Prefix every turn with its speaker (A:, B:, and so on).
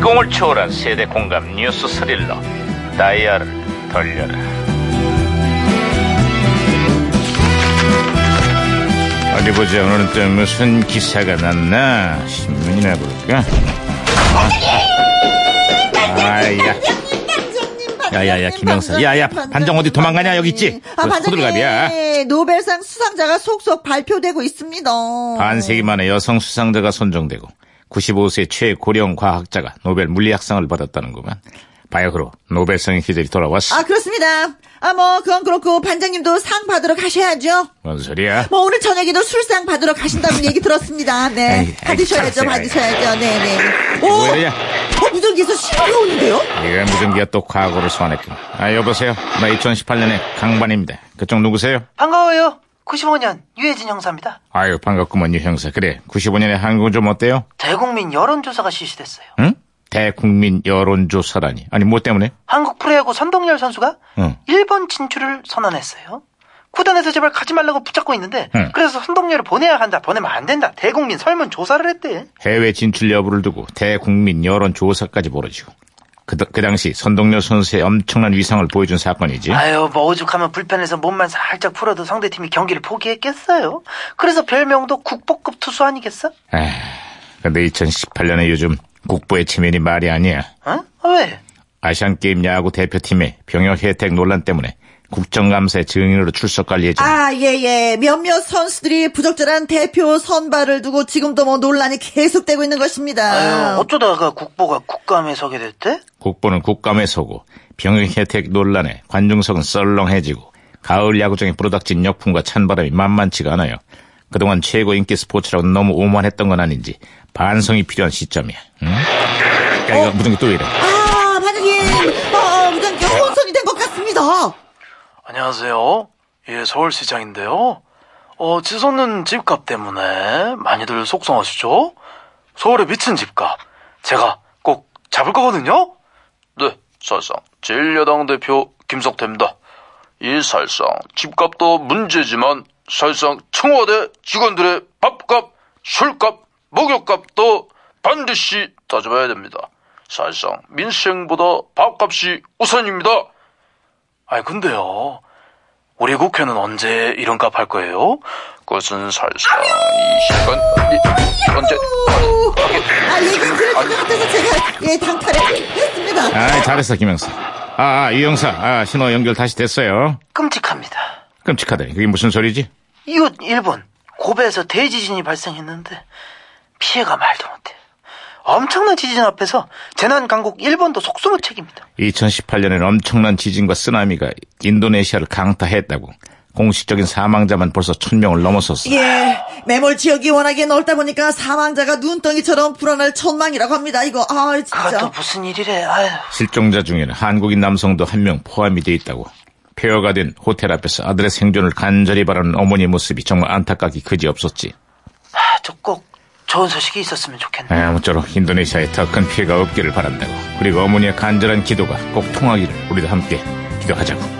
A: 감성을 초월한 세대 공감 뉴스 스릴러 다이아를 돌려라 어디 보자 오늘은 또 무슨 기사가 났나 신문이나 볼까 아야 야야야 김영사 야야 반장 어디 도망가냐 여기 있지
B: 아
A: 그 호들갑이야
B: 반장님 노벨상 수상자가 속속 발표되고 있습니다.
A: 반세기 만에 여성 수상자가 선정되고 95세 최고령 과학자가 노벨 물리학상을 받았다는구만. 바이오그로 노벨상의 계절이 돌아왔어.
B: 아 그렇습니다. 아 뭐 그건 그렇고 반장님도 상 받으러 가셔야죠.
A: 뭔 소리야?
B: 뭐 오늘 저녁에도 술상 받으러 가신다는 얘기 들었습니다.
A: 아이,
B: 네
A: 아이,
B: 받으셔야죠,
A: 참새.
B: 받으셔야죠. 네네.
A: 뭐 이러냐?
B: 오, 어, 무전기에서 신호가 오는데요?
A: 네가 무전기가 또 과거를 소환했군. 아 여보세요. 나 2018년의 강반입니다. 그쪽 누구세요?
C: 반가워요. 95년 유해진 형사입니다.
A: 아유 반갑구먼 유 형사. 그래 95년에 한국은 좀 어때요?
C: 대국민 여론조사가 실시됐어요.
A: 응? 대국민 여론조사라니. 아니 뭐 때문에?
C: 한국 프로야구 선동열 선수가
A: 응.
C: 일본 진출을 선언했어요. 구단에서 제발 가지 말라고 붙잡고 있는데
A: 응.
C: 그래서 선동열을 보내야 한다, 보내면 안 된다. 대국민 설문 조사를 했대.
A: 해외 진출 여부를 두고 대국민 여론조사까지 벌어지고 그, 그 당시 선동열 선수의 엄청난 위상을 보여준 사건이지.
C: 아유, 뭐 오죽하면 불편해서 몸만 살짝 풀어도 상대팀이 경기를 포기했겠어요. 그래서 별명도 국보급 투수 아니겠어?
A: 에휴, 근데 2018년에 요즘 국보의 체면이 말이 아니야.
C: 응? 어? 왜?
A: 아시안게임 야구 대표팀의 병역 혜택 논란 때문에 국정감사에 증인으로 출석할 예정.
B: 아, 예, 예. 몇몇 선수들이 부적절한 대표 선발을 두고 지금도 뭐 논란이 계속되고 있는 것입니다.
C: 아유, 어쩌다가 국보가 국감에 서게 됐대?
A: 국보는 국감에 서고 병역 혜택 논란에 관중석은 썰렁해지고 가을 야구장에 불어닥친 역풍과 찬바람이 만만치가 않아요. 그동안 최고 인기 스포츠라고 너무 오만했던 건 아닌지 반성이 필요한 시점이야. 응? 야, 이거 무슨 게또 이래?
B: 아, 반장님. 어, 무전기 혼선이 된 것 같습니다.
C: 안녕하세요. 예, 서울시장인데요. 어, 치솟는 집값 때문에 많이들 속상하시죠? 서울의 미친 집값. 제가 꼭 잡을 거거든요?
D: 네, 살상 제1야당 대표 김석태입니다. 이 살상 집값도 문제지만 살상 청와대 직원들의 밥값, 술값, 목욕값도 반드시 따져봐야 됩니다. 살상 민생보다 밥값이 우선입니다.
C: 아니, 근데요. 우리 국회는 언제 이런 값 할 거예요?
D: 그것은 살상 이 시간 이- 언제
B: 오, 아, 얘기 들을 것 같아서 제가, 예, 당탈을 했습니다.
A: 아, 잘했어, 김영사. 아, 아, 이 형사. 아, 신호 연결 다시 됐어요.
C: 끔찍합니다.
A: 끔찍하다. 그게 무슨 소리지?
C: 이웃 일본 고베에서 대지진이 발생했는데 피해가 말도 못해. 엄청난 지진 앞에서 재난 강국 일본도 속수무책입니다.
A: 2018년에는 엄청난 지진과 쓰나미가 인도네시아를 강타했다고. 공식적인 사망자만 벌써 천명을 넘어섰어.
B: 예, 매몰 지역이 워낙에 넓다 보니까 사망자가 눈덩이처럼 불어날 천망이라고 합니다. 이거, 아,
C: 그가 또
B: 진짜.
C: 무슨 일이래? 아유.
A: 실종자 중에는 한국인 남성도 한 명 포함이 돼 있다고. 폐허가 된 호텔 앞에서 아들의 생존을 간절히 바라는 어머니 모습이 정말 안타깝기 그지없었지.
C: 아, 저 꼭 좋은 소식이 있었으면 좋겠네.
A: 아, 아무쪼록 인도네시아에 더 큰 피해가 없기를 바란다고. 그리고 어머니의 간절한 기도가 꼭 통하기를 우리도 함께 기도하자고.